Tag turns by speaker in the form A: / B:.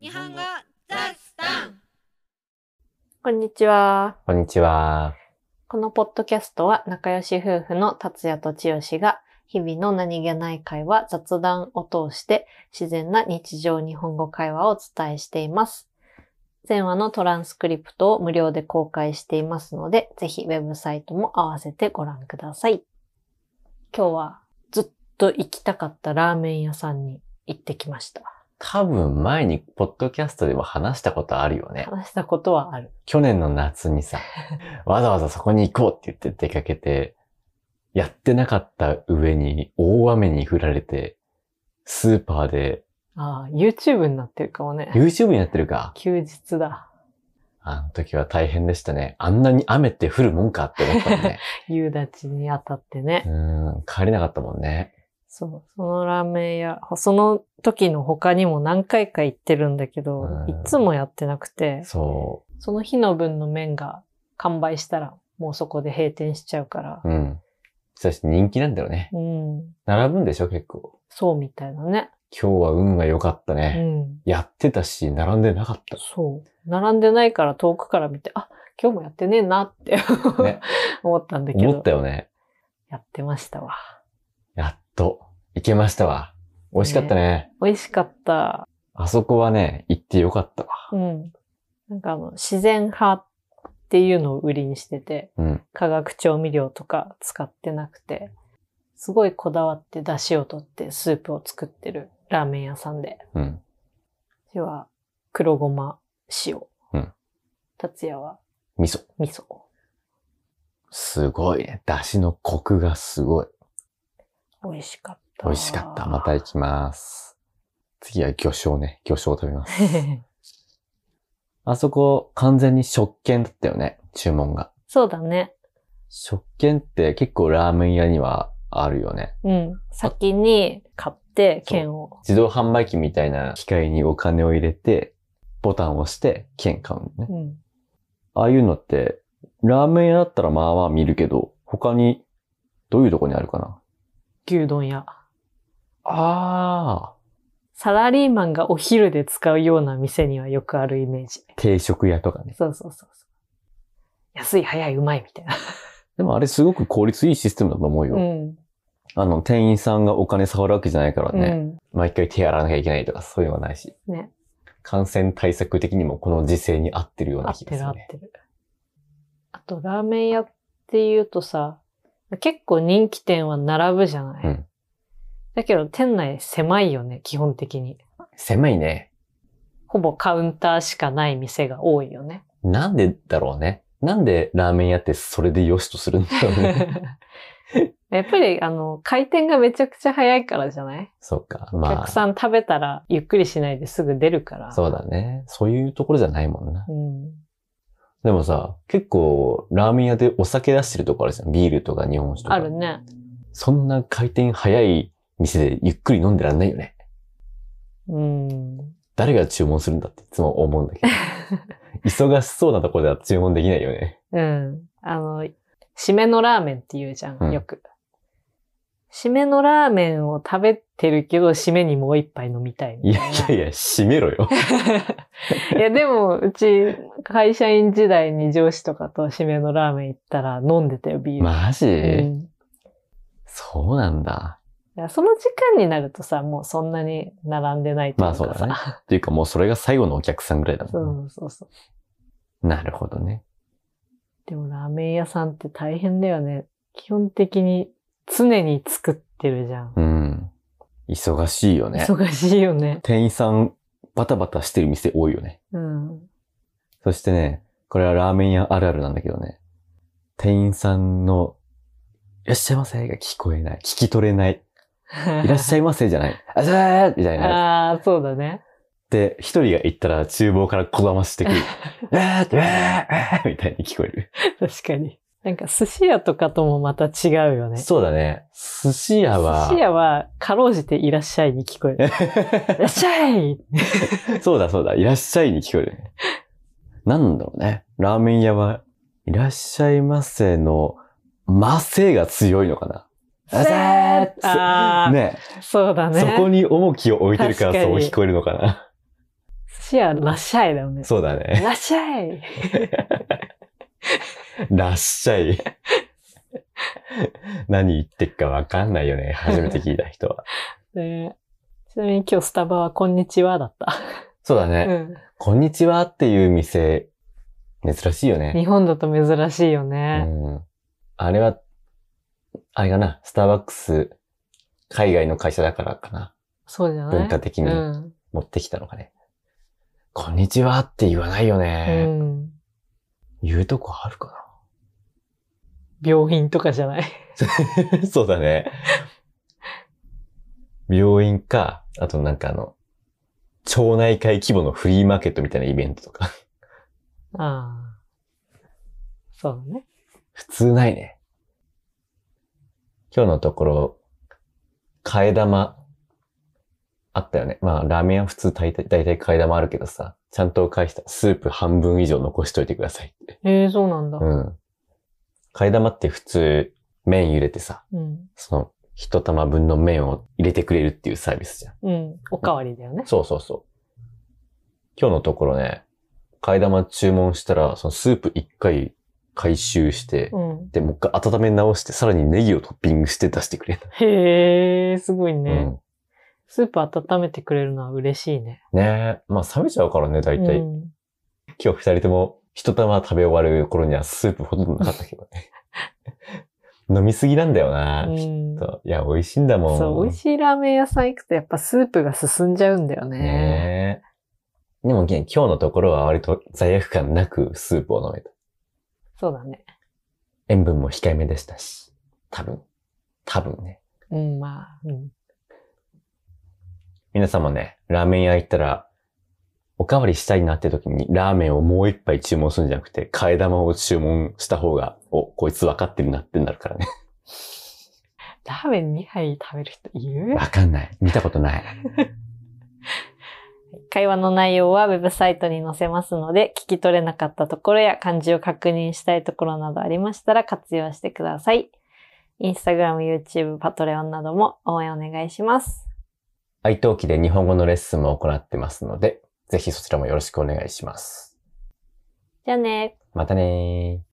A: 日本語ザスタン
B: こんにちは。
C: こんにちは。
B: このポッドキャストは仲良し夫婦の達也と千代が日々の何気ない会話、雑談を通して自然な日常日本語会話をお伝えしています。前話のトランスクリプトを無料で公開していますので、ぜひウェブサイトも合わせてご覧ください。今日はずっと行きたかったラーメン屋さんに行ってきました。
C: 多分前にポッドキャストでも話したことあるよね。
B: 話したことはある。
C: 去年の夏に さ、わざわざそこに行こうって言って出かけて、やってなかった上に大雨に降られて、スーパーで、
B: ああ、YouTube になってるかもね。
C: YouTube になってるか。
B: 休日だ。
C: あの時は大変でしたね。あんなに雨って降るもんかって思ったもんね。
B: 夕立に当たってね。
C: うーん、帰れなかったもんね。
B: そう。そのラーメン屋、その時の他にも何回か行ってるんだけど
C: う、ん
B: いつもやってなくて、
C: そ
B: その日の分の麺が完売したら、もうそこで閉店しちゃうから
C: う。。うん。そして人気なんだよね。
B: うん。
C: 並ぶんでしょ、結構。
B: そうみたいだね。
C: 今日は運が良かった
B: う
C: ね。
B: ん。
C: やってたし、並んでなかった。
B: そう。並んでないから遠くから見て、あ、今日もやってねえなって
C: ね
B: 思ったんだけ
C: 思っ
B: ど
C: た、よね。
B: やってましたわ。
C: やっと、行けましたわ。美味しかったね。
B: 美味しかった。
C: あそこはね、行ってよかったわ。
B: うん。なんかあの、自然派っていうのを売りにしてて、
C: うん。
B: 化学調味料とか使ってなくて、すごいこだわって出汁を取ってスープを作ってるラーメン屋さんで、
C: うん。
B: 私は黒ごま塩、
C: うん
B: 達也は
C: 味噌。
B: 味噌。
C: すごいね。出汁のコクがすごい。
B: 美味しかった。
C: 美味しかった。また行きます。次は魚醤ね。魚醤食べます。あそこ、完全に食券だったよね。注文が。
B: そうだね。
C: 食券って結構ラーメン屋にはあるよね。
B: うん。先に買って券を。
C: 自動販売機みたいな機械にお金を入れて、ボタンを押して券買うのね。
B: うん。
C: ああいうのって、ラーメン屋だったらまあまあ見るけど、他に、どういうとこにあるかな
B: 牛丼屋。
C: ああ、
B: サラリーマンがお昼で使うような店にはよくあるイメージ。
C: 定食屋とかね。
B: そうそうそうそう。安い、早い、うまいみたいな。
C: でもあれすごく効率いいシステムだと思うよ。
B: うん。
C: あの、店員さんがお金触るわけじゃないから
B: う
C: ね。
B: ん。
C: 毎回手洗わなきゃいけないとかそういうのはないし。
B: ね。
C: 感染対策的にもこの時勢に合ってるよう
B: 合
C: な
B: っ
C: 気
B: て
C: がす
B: る合
C: る
B: っ
C: ね。
B: てる。あと、ラーメン屋って言うとさ、結構人気店は並ぶじゃない、
C: うん
B: だけど、店内狭いよね、基本的に。
C: 狭いね。
B: ほぼカウンターしかない店が多いよ ね。
C: なんでだろうね。なんでラーメン屋ってそれで良しとするんだろう ね。
B: やっぱり、あの、回転がめちゃくちゃ早いからじゃない、
C: そうか。
B: お
C: ま
B: 客
C: あ、
B: さん食べたらゆっくりしないですぐ出るから。
C: そうだね。そういうところじゃないもんな。
B: うん。
C: でもさ、結構、ラーメン屋でお酒出してるとこあるじゃん。ビールとか日本酒とか。
B: あるね。
C: そんな回転早い店でゆっくり飲んでらんないよね。
B: うん。
C: 誰が注文するんだっていつも思うん だけど。忙しそうなところでは注文できないよね。
B: うん。あの、締めのラーメンって言うじゃ、
C: うんん
B: よく。締めのラーメンを食べてるけど、締めにもう一杯飲みたい
C: い
B: みた
C: や
B: い
C: い
B: な。
C: やいや、閉めろよ。
B: いや、でも、うち、会社員時代に上司とかと締めのラーメン行ったら飲んでたよ、ビール。
C: マジ、
B: うん、
C: そうなんだ。
B: いやその時間になるとさ、もうそんなに並んでないとい
C: ま
B: う
C: あ
B: かさ。
C: そうだね。っていうかもうそれが最後のお客さんぐらいだもんね、
B: そうそうそう。
C: なるほどね。
B: でもラーメン屋さんって大変だよね。基本的に常に作ってるじゃん。
C: うん。忙しいよね。
B: 忙しいよね。
C: 店員さん、バタバタしてる店多いよね。
B: うん。
C: そしてね、これはラーメン屋あるあるなんだけどね、店員さんの、いらっしゃいませが聞こえない。聞き取れない。いらっしゃいませじゃ ない。あざーみたいな。
B: ああ、そうだ ね。
C: で、一人が行ったら厨房からこだましてくる。 えー、えー、えー、みたいに聞こえる。
B: 確かに。なんか寿司屋とかともまた違うよね。
C: そうだね。寿司屋は、
B: 寿司屋は、かろうじていらっしゃいに聞こえる。いらっしゃい
C: そうだそうだ。いらっしゃいに聞こえるね。なんだろうね。ラーメン屋は、いらっしゃいませの、ませが強いのかな。あざー
B: あー
C: ね。
B: そうだね。
C: そこに重きを置いてるから
B: 確か
C: そう
B: に
C: 聞こえるのかな。
B: 寿司屋らっしゃいだよね。
C: そうだね。
B: らっしゃい。
C: らっしゃ い。何言ってっかわかんないよね。初めて聞いた人は。
B: ねちなみに今日スタバはこんにちはだった。
C: そうだね。
B: うん。
C: こんにちはっていう店、珍しいよね。
B: 日本だと珍しいよ
C: う
B: ね。
C: ん。あれは、あれかな。スターバックス、海外の会社だからかな。
B: そうじゃない
C: 文化的に
B: うん。
C: 持ってきたのがね。こんにちはって言わないよ
B: う
C: ね。
B: ん。
C: 言うとこあるか
B: 病院とかじゃない。
C: な。 そうだね。病院か、あとなんかあの、町内会規模のフリーマーケットみたいなイベントとか。
B: ああ。そうだね。
C: 普通ないね。今日のところ、替え玉、あったよね。まあ、ラーメンは普通大体、大体替え玉あるけどさ、ちゃんと返したスープ半分以上残しといてくださいって。
B: ええそうなんだ。
C: うん。替え玉って普通、麺茹でてさ、
B: うん。
C: その、一玉分の麺を入れてくれるっていうサービスじゃん。
B: うん。おかわりだよね。
C: そうそうそう。今日のところね、替え玉注文したら、そのスープ一回回収して、
B: うん。
C: で、もう一回温め直して、さらにネギをトッピングして出してくれた。
B: へえ、すごいうね。
C: ん。
B: スープ温めてくれるのは嬉しいね。
C: ねえ。まあ冷めちゃうからね、大体。
B: うん
C: 今日二人とも一玉食べ終わる頃にはスープほとんどなかったけどね。 飲みすぎなんだよな、
B: う
C: きっ
B: ん
C: と。いや、美味しいんだもん。
B: そう、美味しいラーメン屋さん行くとやっぱスープが進んじゃうんだよね。
C: ねえ。でも、ね今日のところは割と罪悪感なくスープを飲めた。
B: そうだね。
C: 塩分も控えめでしたし。多分。多分ね。
B: うん、まあ、うん。
C: 皆さんもね、ラーメン屋行ったら、おかわりしたいなって時に、ラーメンをもう一杯注文するんじゃなくて、替え玉を注文した方が、お、こいつ分かってるなってなる からね。
B: ラーメン2杯食べる人いる
C: わかんない。見たことない。
B: 会話の内容はウェブサイトに載せますので、聞き取れなかったところや漢字を確認したいところなどありましたら活用してください。インスタグラム、YouTube、パトレオンなども応援お願いします。
C: 愛登記で日本語のレッスンも行ってますので、ぜひそちらもよろしくお願いします。
B: じゃあね
C: またねー。